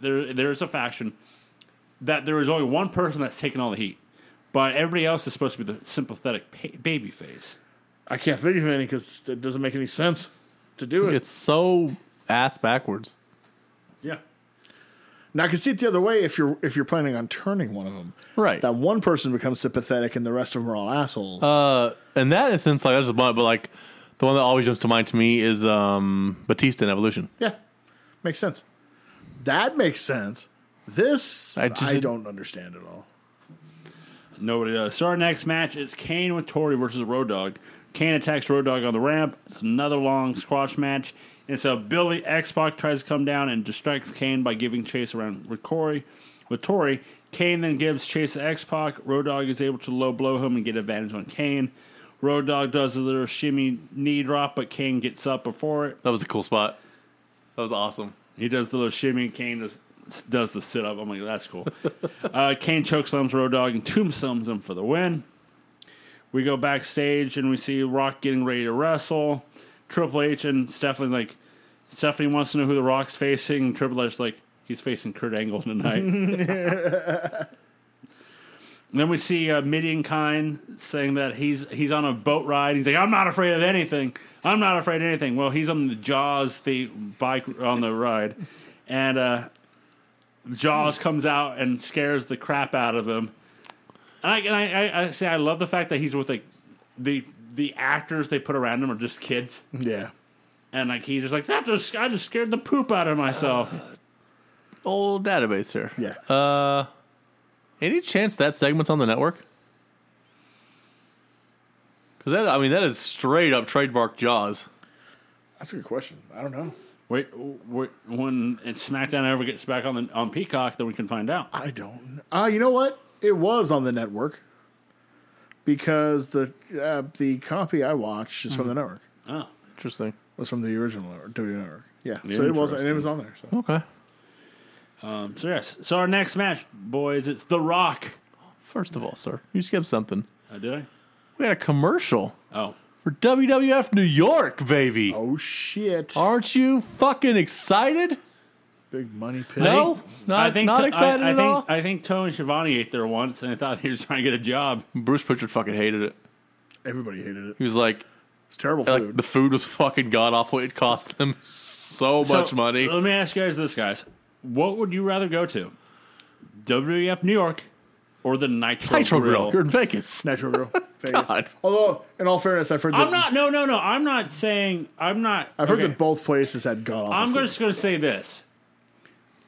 S1: there there's a faction that there is only one person that's taking all the heat, but everybody else is supposed to be the sympathetic pa- baby face.
S2: I can't think of any because it doesn't make any sense to do it.
S3: It's so ass backwards.
S1: Yeah.
S2: now I can see it the other way if you're if you're planning on turning one of them.
S3: Right.
S2: That one Um, person becomes sympathetic and the rest of them are all assholes.
S3: Uh, in that instance, like that's a blunt, but like the one that always jumps to mind to me is um Batista in Evolution.
S2: yeah, makes sense. That makes sense. This I,
S3: I just-
S2: don't understand at all.
S1: Nobody does. uh, So our next match is Kane with Tori versus Road Dog. Kane attacks Road Dog on the ramp. It's another long squash match. And so Billy Xbox tries to come down and distracts Kane by giving chase around with Corey. With Tori, Kane then gives chase to X Pac. Road Dog is able to low blow him and get advantage on Kane. Road Dog does a little shimmy knee drop, but Kane gets up before it.
S3: That was a cool spot. That was awesome.
S1: He does the little shimmy. Kane does, does the sit up. I'm like, that's cool. (laughs) uh, Kane chokeslams Road Dog and tombstones him for the win. We go backstage and we see Rock getting ready to wrestle. Triple H and Stephanie like Stephanie wants to know who the Rock's facing. And Triple H's like he's facing Kurt Angle tonight. and then we see uh, Midian Kine saying that he's he's on a boat ride. He's like I'm not afraid of anything. I'm not afraid of anything. Well, he's on the Jaws the bike on the ride, and uh, Jaws comes out and scares the crap out of him. And I, and I, I, I say I love the fact that he's with like the the actors they put around him are just kids,
S2: Yeah.
S1: and like he's just like that just I just scared the poop out of myself.
S3: Old database here.
S2: Yeah.
S3: Uh, any chance that segment's on the network? Because that, I mean, that is straight up trademark Jaws.
S2: That's a good question. I don't know.
S1: wait, wait, when and SmackDown ever gets back on the on Peacock, then we can find out.
S2: I don't. Ah, you know what? It was on the network because the uh, the copy I watched is from the network.
S1: Oh,
S3: Interesting.
S2: It was from the original network, W network. Yeah. So it was and it was on there. So
S3: Okay.
S1: um, so yes, so our next match, boys, it's The Rock.
S3: First of all, sir, you skipped something.
S1: Oh, did
S3: We had a commercial
S1: I? Oh,
S3: for WWF New York, baby.
S2: oh shit!
S3: Aren't you fucking excited?
S2: Big money pig.
S3: No, not,
S1: I think
S3: not
S1: To- I-
S3: excited
S1: I,
S3: at
S1: think,
S3: all.
S1: I think Tony Schiavone ate there once, and I thought he was trying to get a job.
S3: Bruce Pritchard fucking hated it.
S2: Everybody hated it.
S3: He was like,
S2: It's terrible
S3: like,
S2: food.
S3: the food was fucking god awful. It cost them so
S1: So, uh,
S3: much money.
S1: Let me ask you guys this, guys. What would you rather go to? WWF New York or the Nitro,
S3: Nitro
S1: Grill?
S3: Grill. You're in Vegas.
S2: Natural Grill, Vegas.
S3: (laughs) God.
S2: Although, in all fairness, I've heard that
S1: I'm not. No, no, no. I'm not saying. I'm not.
S2: I've heard
S1: okay.
S2: that both places had god awful.
S1: I'm
S2: food.
S1: just going to say this.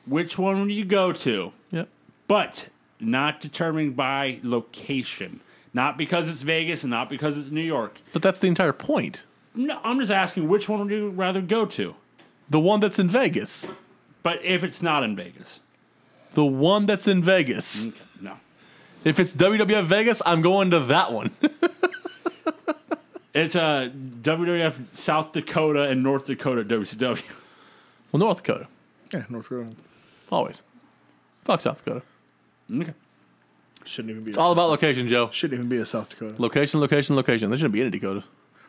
S1: Which one would you go to?
S3: Yep.
S1: But not determined by location. Not because it's Vegas and not because it's New York.
S3: But that's the entire point.
S1: No, I'm just asking which one would you rather go to?
S3: The one that's in Vegas.
S1: But if it's not in Vegas,
S3: The one that's in Vegas.
S1: okay, no.
S3: If it's WWF Vegas, I'm going to that one. (laughs)
S1: It's uh, WWF South Dakota and North Dakota WCW.
S3: well, North Dakota.
S2: Yeah, North Carolina
S3: Always. Fuck South Dakota.
S1: Okay.
S2: shouldn't even be. a
S3: All
S2: South-
S3: about location, Joe.
S2: shouldn't even be a South Dakota.
S3: Location, location, location. There shouldn't be any Dakota.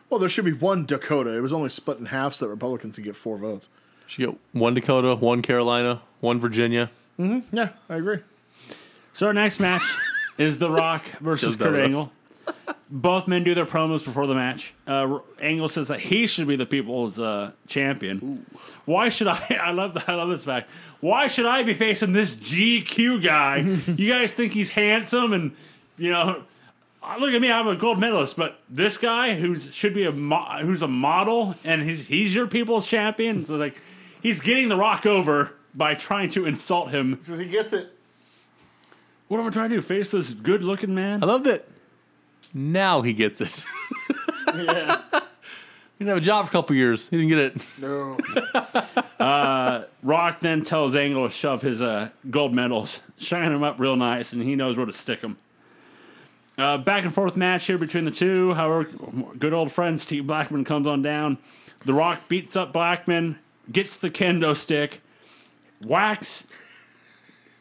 S2: Well, there should be one Dakota. It was only split in half so that Republicans could get four votes.
S3: Should get one Dakota, one Carolina, one Virginia.
S2: Yeah, I agree.
S1: So our next match is The Rock versus
S3: Just that
S1: Kurt
S3: us.
S1: Angle. Both men do their promos before the match. Uh, Angle says that he should be the people's uh, champion. Why should I? (laughs) I love that. I love this fact. Why should I be facing this GQ guy? you guys think he's handsome and you know. uh, Look at me! I'm a gold medalist, but this guy who's should be a mo- who's a model and he's he's your people's champion. So like, he's getting the Rock over by trying to insult him
S2: Because he gets it.
S1: what am I trying to do? Face this good looking man?
S3: I love that now he gets it.
S2: Yeah.
S3: he didn't have a job for a couple years. He didn't get it.
S2: No.
S1: Rock then tells Angle to shove his uh, gold medals, shine them up real nice, and he knows where to stick them. Uh, back and forth match here between the two. However, good old friend Steve Blackman comes on down. The Rock beats up Blackman, gets the kendo stick, whacks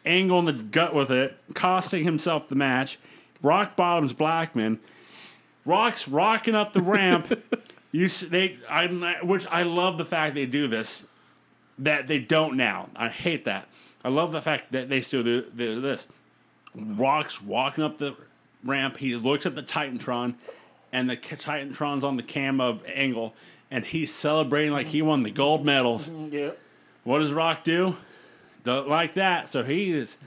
S1: Angle in the gut with it, costing himself the match. Rock bottoms Blackman. Rock's rocking up the ramp. You s- they I which I love the fact they do this that they don't now. I hate that. I love the fact that they still do, do this. Rock's walking up the ramp. He looks at the Titantron, and the K- Titantron's on the cam of Angle, and he's celebrating like he won the gold medals.
S2: Yeah.
S1: What does Rock do? Don't like that. So he just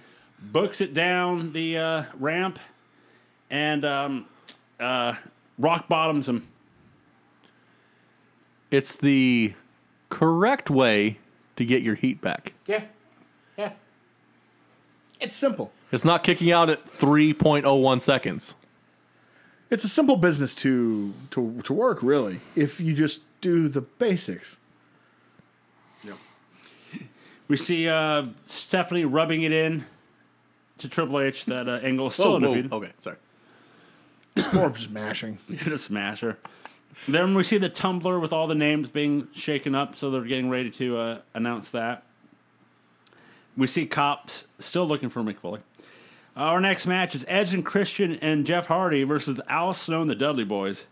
S1: books it down the uh, ramp, and um, uh, Rock bottoms him.
S3: It's the correct way to get your heat back.
S2: Yeah. Yeah. It's simple.
S3: It's not kicking out at 3.01 seconds.
S2: It's a simple business to to to work really if you just do the basics.
S1: We see uh, Stephanie rubbing it in to Triple H that uh, Angle still defeated. (laughs)
S3: Oh, Okay, sorry.
S2: Or just mashing.
S1: Hit a smasher. Then we see the tumbler with all the names being shaken up, so they're getting ready to uh, announce that. We see cops still looking for McFoley. Our next match is Edge and Christian and Jeff Hardy versus Al Snow and the Dudley Boys.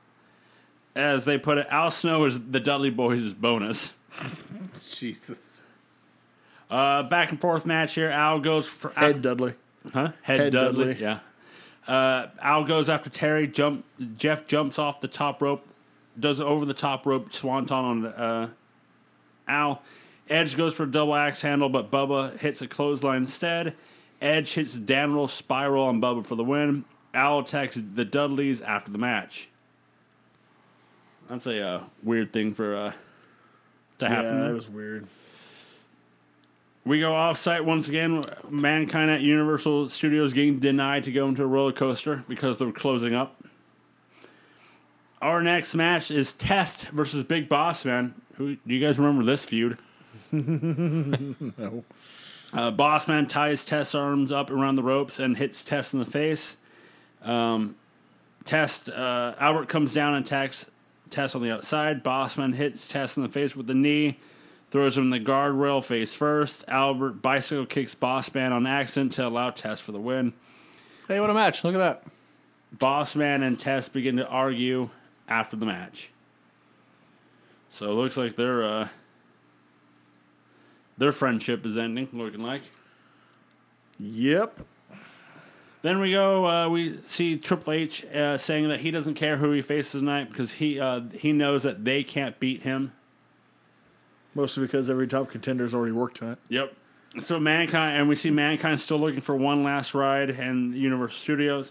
S1: As they put it, Al Snow is the Dudley Boys' bonus.
S3: Jesus.
S1: Uh, back and forth match here. Al goes for
S2: Ed Dudley.
S1: Huh? Head,
S2: Head
S1: Dudley.
S2: Dudley.
S1: Yeah. Uh, Al goes after Terry. Jump. Jeff jumps off the top rope, does over the top rope swanton on uh, Al. Edge goes for a double axe handle, but Bubba hits a clothesline instead. Edge hits a down roll spiral on Bubba for the win. Al attacks the Dudleys after the match. That's a uh, weird thing for uh, to happen.
S2: Yeah, that was weird.
S1: We go off site once again. Mankind at Universal Studios getting denied to go into a roller coaster because they're closing up. Our next match is Test versus Big Boss Man. Who do you guys remember this feud?
S2: No.
S1: Uh, Boss Man ties Test's arms up around the ropes and hits Test in the face. Um, Test uh, Albert comes down and attacks Test on the outside. Bossman hits Test in the face with the knee, throws him in the guardrail face first. Albert bicycle kicks Bossman on accident to allow Test for the win.
S3: Hey, what a match. Look at that.
S1: Bossman and Test begin to argue after the match. So it looks like their uh, their friendship is ending. Looking like.
S2: Yep.
S1: Then we go. Uh, we see Triple H uh, saying that he doesn't care who he faces tonight because he uh, he knows that they can't beat him.
S2: Mostly because every top contender's already worked on it.
S1: Yep. So mankind, and we see mankind still looking for one last ride in Universal Studios.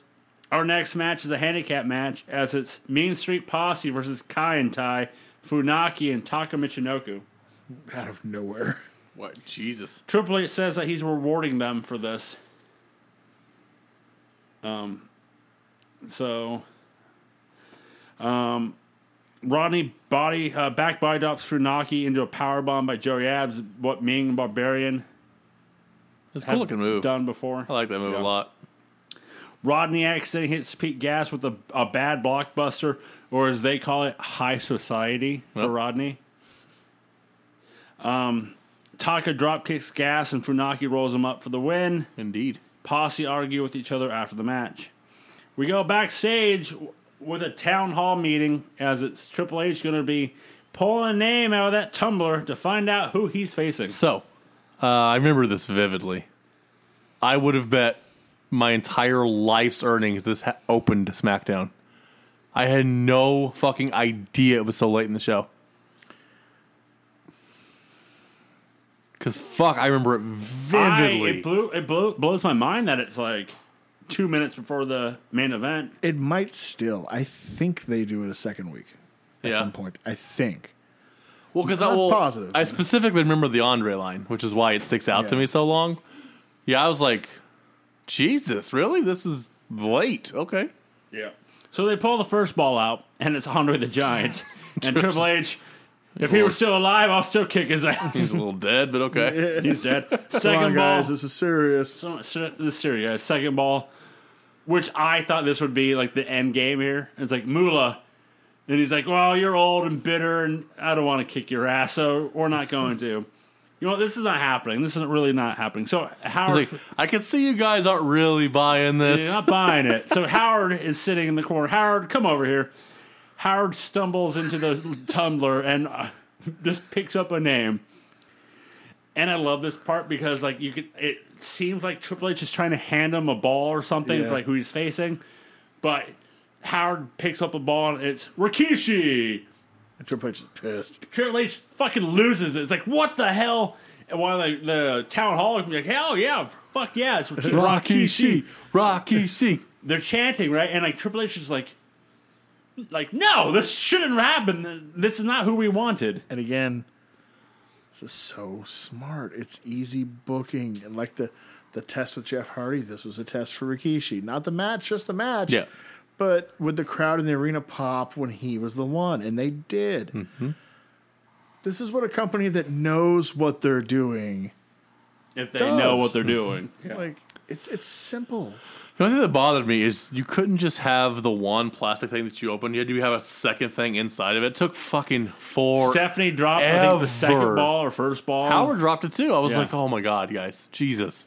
S1: Our next match is a handicap match as it's Mean Street Posse versus Kai and Tai, Funaki and Taka Michinoku.
S2: Out of nowhere.
S3: What? Jesus.
S1: Triple H says that he's rewarding them for this. Um, so, um, Rodney body uh, back body drops Funaki into a power bomb by Joey Abs. What Ming Barbarian
S3: It's a
S1: had
S3: cool looking move.
S1: done before.
S3: I like that move a lot.
S1: Rodney accidentally hits Pete Gas with a, a bad blockbuster, or as they call it, high society for
S3: Yep.
S1: Rodney. Um, Taka drop kicks Gas, and Funaki rolls him up for the win.
S3: Indeed.
S1: Posse argue with each other after the match. We go backstage w- with a town hall meeting as it's Triple H going to be pulling a name out of that tumbler to find out who he's facing.
S3: So, uh, I remember this vividly. I would have bet my entire life's earnings this ha- opened SmackDown. I had no fucking idea it was so late in the show. Because fuck, I remember it
S1: I-
S3: vividly.
S1: it blew, it blew, blows my mind that it's like two minutes before the main event.
S2: It might still. I think they do it a second week at
S3: Yeah.
S2: some point. I think.
S3: Well, because
S2: Not
S3: I well,
S2: positive.
S3: I specifically remember the Andre line, which is why it sticks out to
S2: Yeah.
S3: me so long. Yeah, I was like, Jesus, really? This is late. Oh, Okay.
S1: Yeah. So they pull the first ball out, and it's Andre the
S2: (laughs)
S1: Giant. and Triple H, if he
S3: Lord.
S1: were still alive, I'll still kick his ass.
S2: (laughs)
S3: He's a little dead, but okay.
S1: He's dead. Second
S2: Come on,
S1: ball.
S2: guys. This is serious.
S1: So, so this series, yeah, second ball, which I thought this would be like the end game here. It's like Mula, and he's like, "Well, you're old and bitter, and I don't want to kick your ass, so we're not going to." You know, this is not happening. This is really not happening. So
S3: I
S1: Howard,
S3: was like, I can see you guys aren't really buying this.
S1: you're not buying it. So Howard is sitting in the corner. Howard, come over here. Howard stumbles into the Tumblr and uh, just picks up a name. And I love this part because like you could it seems like Triple H is trying to hand him a ball or something
S2: Yeah.
S1: for like who he's facing. But Howard picks up a ball and it's Rikishi.
S2: Triple H is pissed.
S1: Triple H fucking loses it. It's like what the hell? And while the, the town hall is like, hell yeah, fuck yeah, it's Rikishi.
S3: Rocky She. Rocky She.
S1: they're chanting right, and like Triple H is like, like no, this shouldn't happen. This is not who we wanted.
S2: And again, this is so smart. It's easy booking. And like the, the test with Jeff Hardy, this was a test for Rikishi. Not the match, just the match.
S3: Yeah.
S2: But would the crowd in the arena pop when he was the one? And they did.
S3: Mm-hmm.
S2: This is what a company that knows what they're doing.
S1: If they
S2: Does.
S1: know what they're doing,
S2: Like it's it's simple.
S3: The only thing that bothered me is you couldn't just have the one plastic thing that you opened. You had to have a second thing inside of it. It took fucking four.
S1: Stephanie dropped I think,
S3: Ever.
S1: the second ball or first ball.
S3: Howard dropped it too. I was
S1: Yeah.
S3: like, oh my god, guys, Jesus!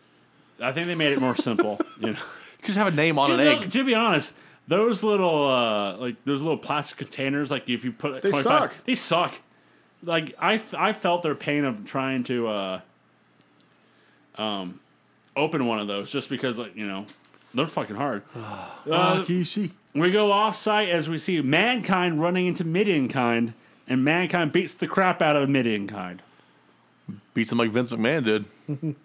S1: I think they made it more simple. you know?
S3: You could just have a name (laughs) on
S1: to,
S3: an
S1: no,
S3: egg.
S1: to be honest, those little uh, like those little plastic containers, like if you put
S2: They
S1: 25
S2: suck.
S1: They suck. Like I, f- I felt their pain of trying to uh, um, open one of those just because like you know they're fucking hard. Uh,
S3: Rocky She.
S1: we go off site as we see mankind running into Midiankind, and mankind beats the crap out of Midiankind.
S3: Beats him like Vince McMahon did.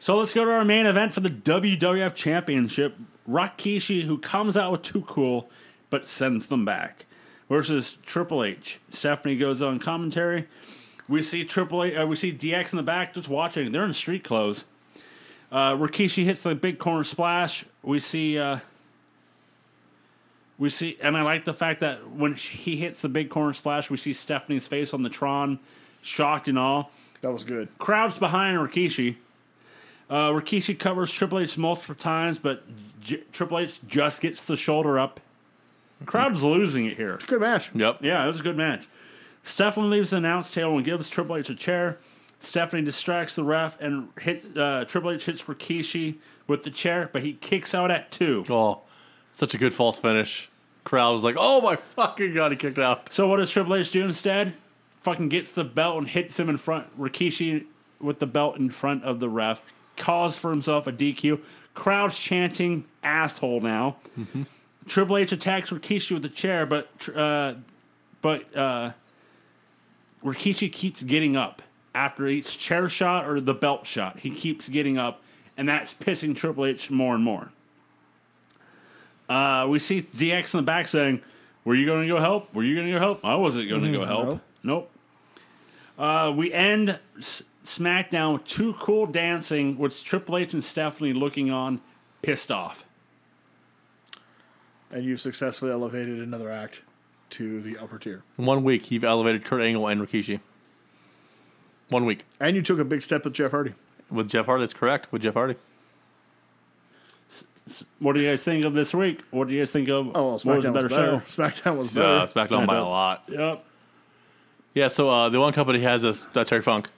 S1: So let's go to our main event for the WWF Championship. Rakishi, who comes out with two cool, but sends them back, versus Triple H. Stephanie goes on commentary. We see Triple H, uh, we see DX in the back just watching. They're in street clothes. Uh, Rikishi hits the big corner splash. We see, uh, we see, and I like the fact that when sh- he hits the big corner splash, we see Stephanie's face on the Tron, shocked and all.
S2: That was good.
S1: Crowd's behind Rikishi. Uh, Rikishi covers Triple H multiple times, but J- Triple H just gets the shoulder up. Crowd's losing it here.
S2: Good match.
S3: Yep.
S1: Yeah, it was a good match. Stephanie leaves the announce table and gives Triple H a chair. Stephanie distracts the ref and hits uh, Triple H hits Rikishi with the chair, but he kicks out at two.
S3: Oh, such a good false finish. Crowd was like, oh my fucking god, he kicked out.
S1: So what does Triple H do instead? Fucking gets the belt and hits him in front. Rikishi with the belt in front of the ref. Calls for himself a DQ. Crowd's chanting asshole now. Triple H attacks Rikishi with a chair, but uh, but uh, Rikishi keeps getting up after each chair shot or the belt shot. He keeps getting up, and that's pissing Triple H more and more. Uh, we see DX in the back saying, "Were you going to go help? Were you going to go help? I wasn't going to go help.
S2: no.
S1: Nope." Uh, we end S- SmackDown with two cool dancing with Triple H and Stephanie looking on, pissed off.
S2: And you've successfully elevated another act to the upper tier.
S3: In one week, you've elevated Kurt Angle and Rikishi. One week
S2: And you took a big step with Jeff Hardy.
S3: with Jeff Hardy. That's correct. With Jeff Hardy.
S1: What do you guys think of this week? What do you guys think of?
S2: Oh, well,
S1: what was a
S2: SmackDown
S1: better,
S2: was better.
S1: show?
S2: SmackDown was better.
S3: Uh, SmackDown by a lot.
S1: Yep.
S3: Yeah, so uh, the one company has us uh, Terry Funk,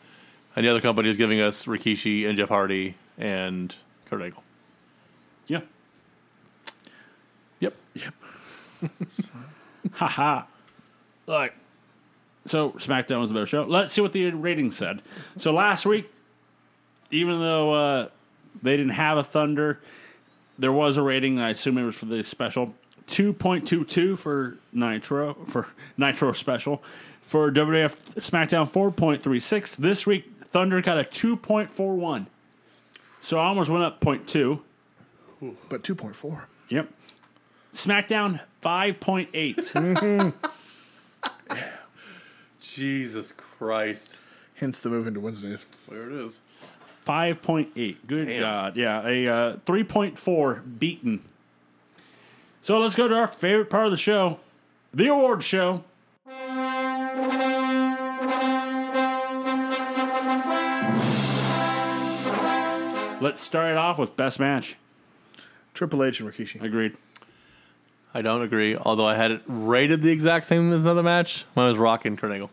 S3: and the other company is giving us Rikishi and Jeff Hardy and Kurt Angle.
S1: Yeah.
S3: Yep.
S1: (laughs) Haha. like, so SmackDown was a better show. Let's see what the ratings said. So last week, even though uh, they didn't have a Thunder, there was a rating. I assume it was for the special. 2.22 for Nitro for Nitro special for WWF SmackDown 4.36. This week Thunder got a 2.41. So I almost went up 0.2.
S2: But 2.4.
S1: Yep. SmackDown (laughs) 5.8.
S3: Jesus Christ.
S2: Hence the move into Wednesdays.
S3: There it is.
S1: 5.8. Good
S3: Damn.
S1: God. Yeah, a uh, 3.4 beaten. So let's go to our favorite part of the show the award show. Let's start it off with best match.
S2: Triple H and Rikishi.
S1: Agreed.
S3: I don't agree, although I had it rated the exact same as another match. Mine was Rock and Kurt Angle.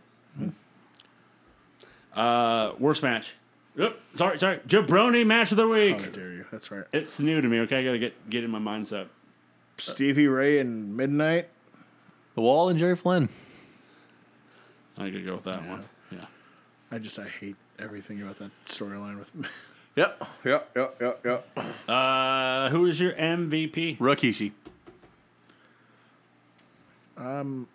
S1: Uh, worst match. Oop, sorry, sorry. Jabroni match of the
S2: How
S1: week.
S2: dare you? That's right.
S1: It's new to me. Okay, I gotta get get in my mindset.
S2: Stevie Ray and Midnight
S3: The Wall and Jerry Flynn.
S1: I could go with that one. Yeah.
S2: I just I hate everything about that storyline with (laughs)
S3: Yep, yep, yep, yep, yep.
S1: Uh, who is your MVP?
S3: Rakishi.
S2: I'm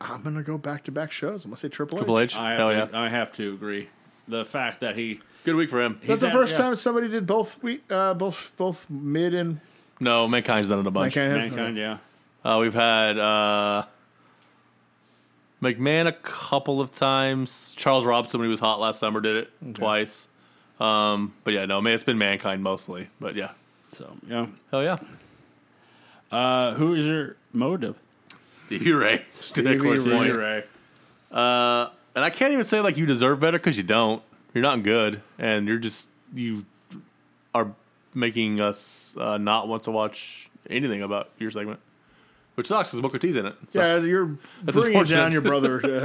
S2: gonna go back to back shows. I'm gonna say Triple,
S3: Triple H.
S1: I have,
S3: Hell yeah.
S1: to, I have to agree. The fact that he
S3: Good week for him.
S2: That's the
S1: He's
S2: first
S1: at- yeah.
S2: time somebody did both we uh, both both mid and
S3: No, Mankind's done it a bunch.
S1: mankind, yeah,
S3: Uh, we've had uh, McMahon a couple of times. Charles Robinson, when he was hot last summer, did it twice. Um, but yeah, no, man, it's been Mankind mostly. But yeah.
S1: so yeah.
S3: Hell yeah.
S1: Uh, who is your motive?
S3: Stevie Ray. (laughs) Stevie
S2: Ray.
S1: Ray.
S3: Uh, and I can't even say like you deserve better because you don't. You're not good, and you're just you are making us uh, not want to watch anything about your segment, which sucks because Booker T's in it. So.
S2: Yeah, you're bringing
S3: unfortunate.
S2: down your brother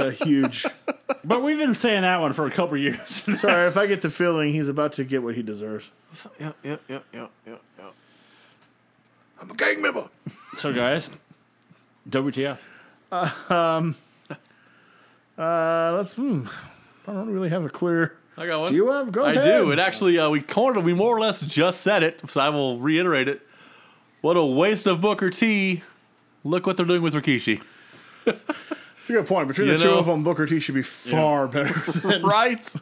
S1: (laughs)
S2: uh, huge.
S1: But we've been saying that one for a couple years. (laughs)
S2: Sorry, if I get the feeling he's about to get what he deserves.
S3: yeah, yeah, yeah, yeah, yeah, yeah.
S2: I'm a gang member.
S1: so guys, WTF?
S2: Uh, let's. Hmm, (laughs) I don't really have a clear.
S3: I got one.
S2: Do you have? Go
S3: I
S2: ahead.
S3: do. It actually, uh, we cornered. We more or less just said it, so I will reiterate it. What a waste of Booker T. Look what they're doing
S2: (laughs)
S3: with Rikishi.
S2: It's a good point. Between
S3: You
S2: the two
S3: know-
S2: of them, Booker T should be far better. Than,
S3: right?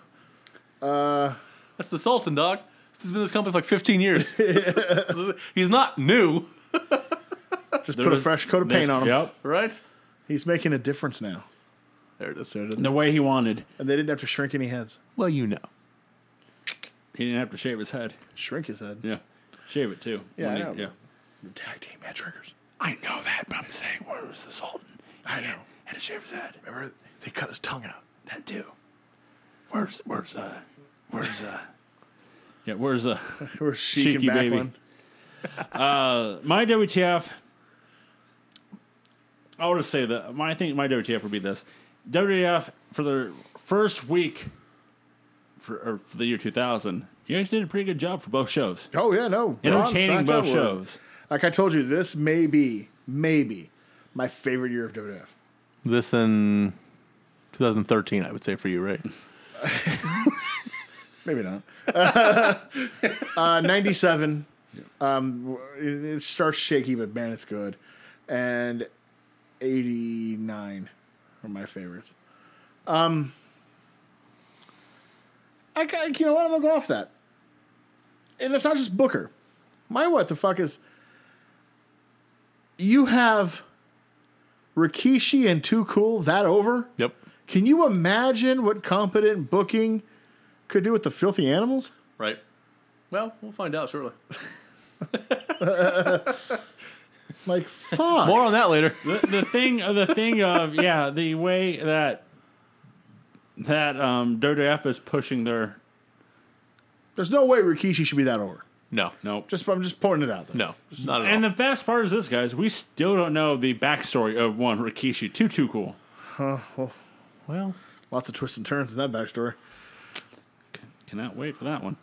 S3: Uh,
S2: Uh,
S3: That's the Sultan, dog. He's been in this company for like
S2: (laughs)
S3: 15 years. (laughs) He's not new,
S2: just put a fresh coat of paint on him.
S1: Yep,
S3: right?
S2: He's making a difference now.
S3: There it is.
S2: So,
S1: the way he wanted.
S2: and they didn't have to shrink any heads.
S3: Well, you know.
S1: He didn't have to shave his head.
S2: Shrink his head.
S1: Yeah, shave it too.
S2: Yeah,
S1: When
S2: I
S1: he-
S2: know.
S1: yeah.
S2: The tag team match triggers.
S1: I know that, but I'm saying, where was the Sultan?
S2: I know.
S1: Had to shave his head.
S2: Remember, they cut his tongue out.
S1: That too. Where's where's uh where's uh yeah where's uh
S2: Or Sheik and
S1: Cheeky baby. (laughs) Uh,
S2: Backlund.
S1: my WTF? I would say that my I think my WTF would be this WTF for the first week for, or for the year 2000. You guys did a pretty good job for both shows,
S2: Oh yeah, no. Raw and
S1: entertaining
S2: SmackDown
S1: both
S2: were-
S1: shows.
S2: Like I told you, this may be, maybe, my favorite year of WWF.
S3: This in 2013, I would say for you, right?
S2: Maybe not. uh, 97. Um, it, it starts shaky, but man, it's good. And 89 are my favorites. Um, I, ca- you know what? I'm going to go off that. And it's not just Booker. My what the fuck is. You have Rikishi and Too Cool that over?
S3: Yep.
S2: Can you imagine what competent booking could do with the filthy animals?
S3: Right. Well, we'll find out shortly. (laughs)
S2: Like fuck.
S3: More on that later.
S1: the, the thing uh, the thing of (laughs) yeah the way that that um WTF is pushing their
S2: There's no way Rikishi should be that over.
S3: (laughs) No,
S1: nope.
S2: Just I'm just pointing it out. There.
S3: no, not at all.
S1: And the best part is this, guys. We still don't know the backstory of one Rikishi. Too too cool.
S3: well,
S2: Lots of twists and turns in that backstory.
S1: Cannot wait for that one.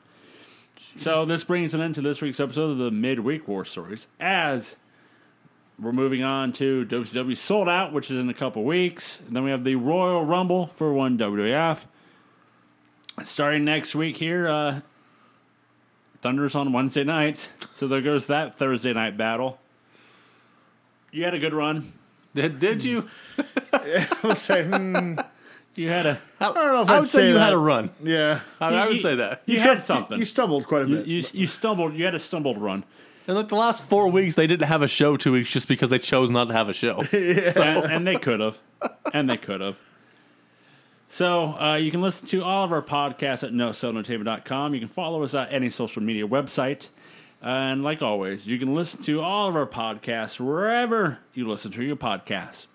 S1: So this brings an end to this week's episode of the midweek war stories. As we're moving on to WCW sold out, which is in a couple weeks. And then we have the Royal Rumble for one WWF. Starting next week here, uh, Thunder's on Wednesday nights. So there goes that Thursday night battle. You had a good run.
S3: did, did you?
S2: I'm saying, hmm,
S1: You had a
S3: I,
S2: don't know if
S3: I would
S2: I'd
S3: say,
S2: say
S3: you had
S2: that.
S3: a run.
S2: yeah,
S3: I, I
S1: You-
S3: would
S1: you-
S3: say that.
S1: You, had something.
S2: you stumbled quite a
S1: You,
S2: bit.
S1: you, you stumbled. You had a stumbled run.
S3: And like the last four weeks, they didn't have a show two weeks just because they chose not to have a (laughs) show.
S1: and, and they could have. And they could have. So uh, you can listen to all of our podcasts at nocellentertainment.com. You can follow us at any social media website. And like always, you can listen to all of our podcasts wherever you listen to your podcasts.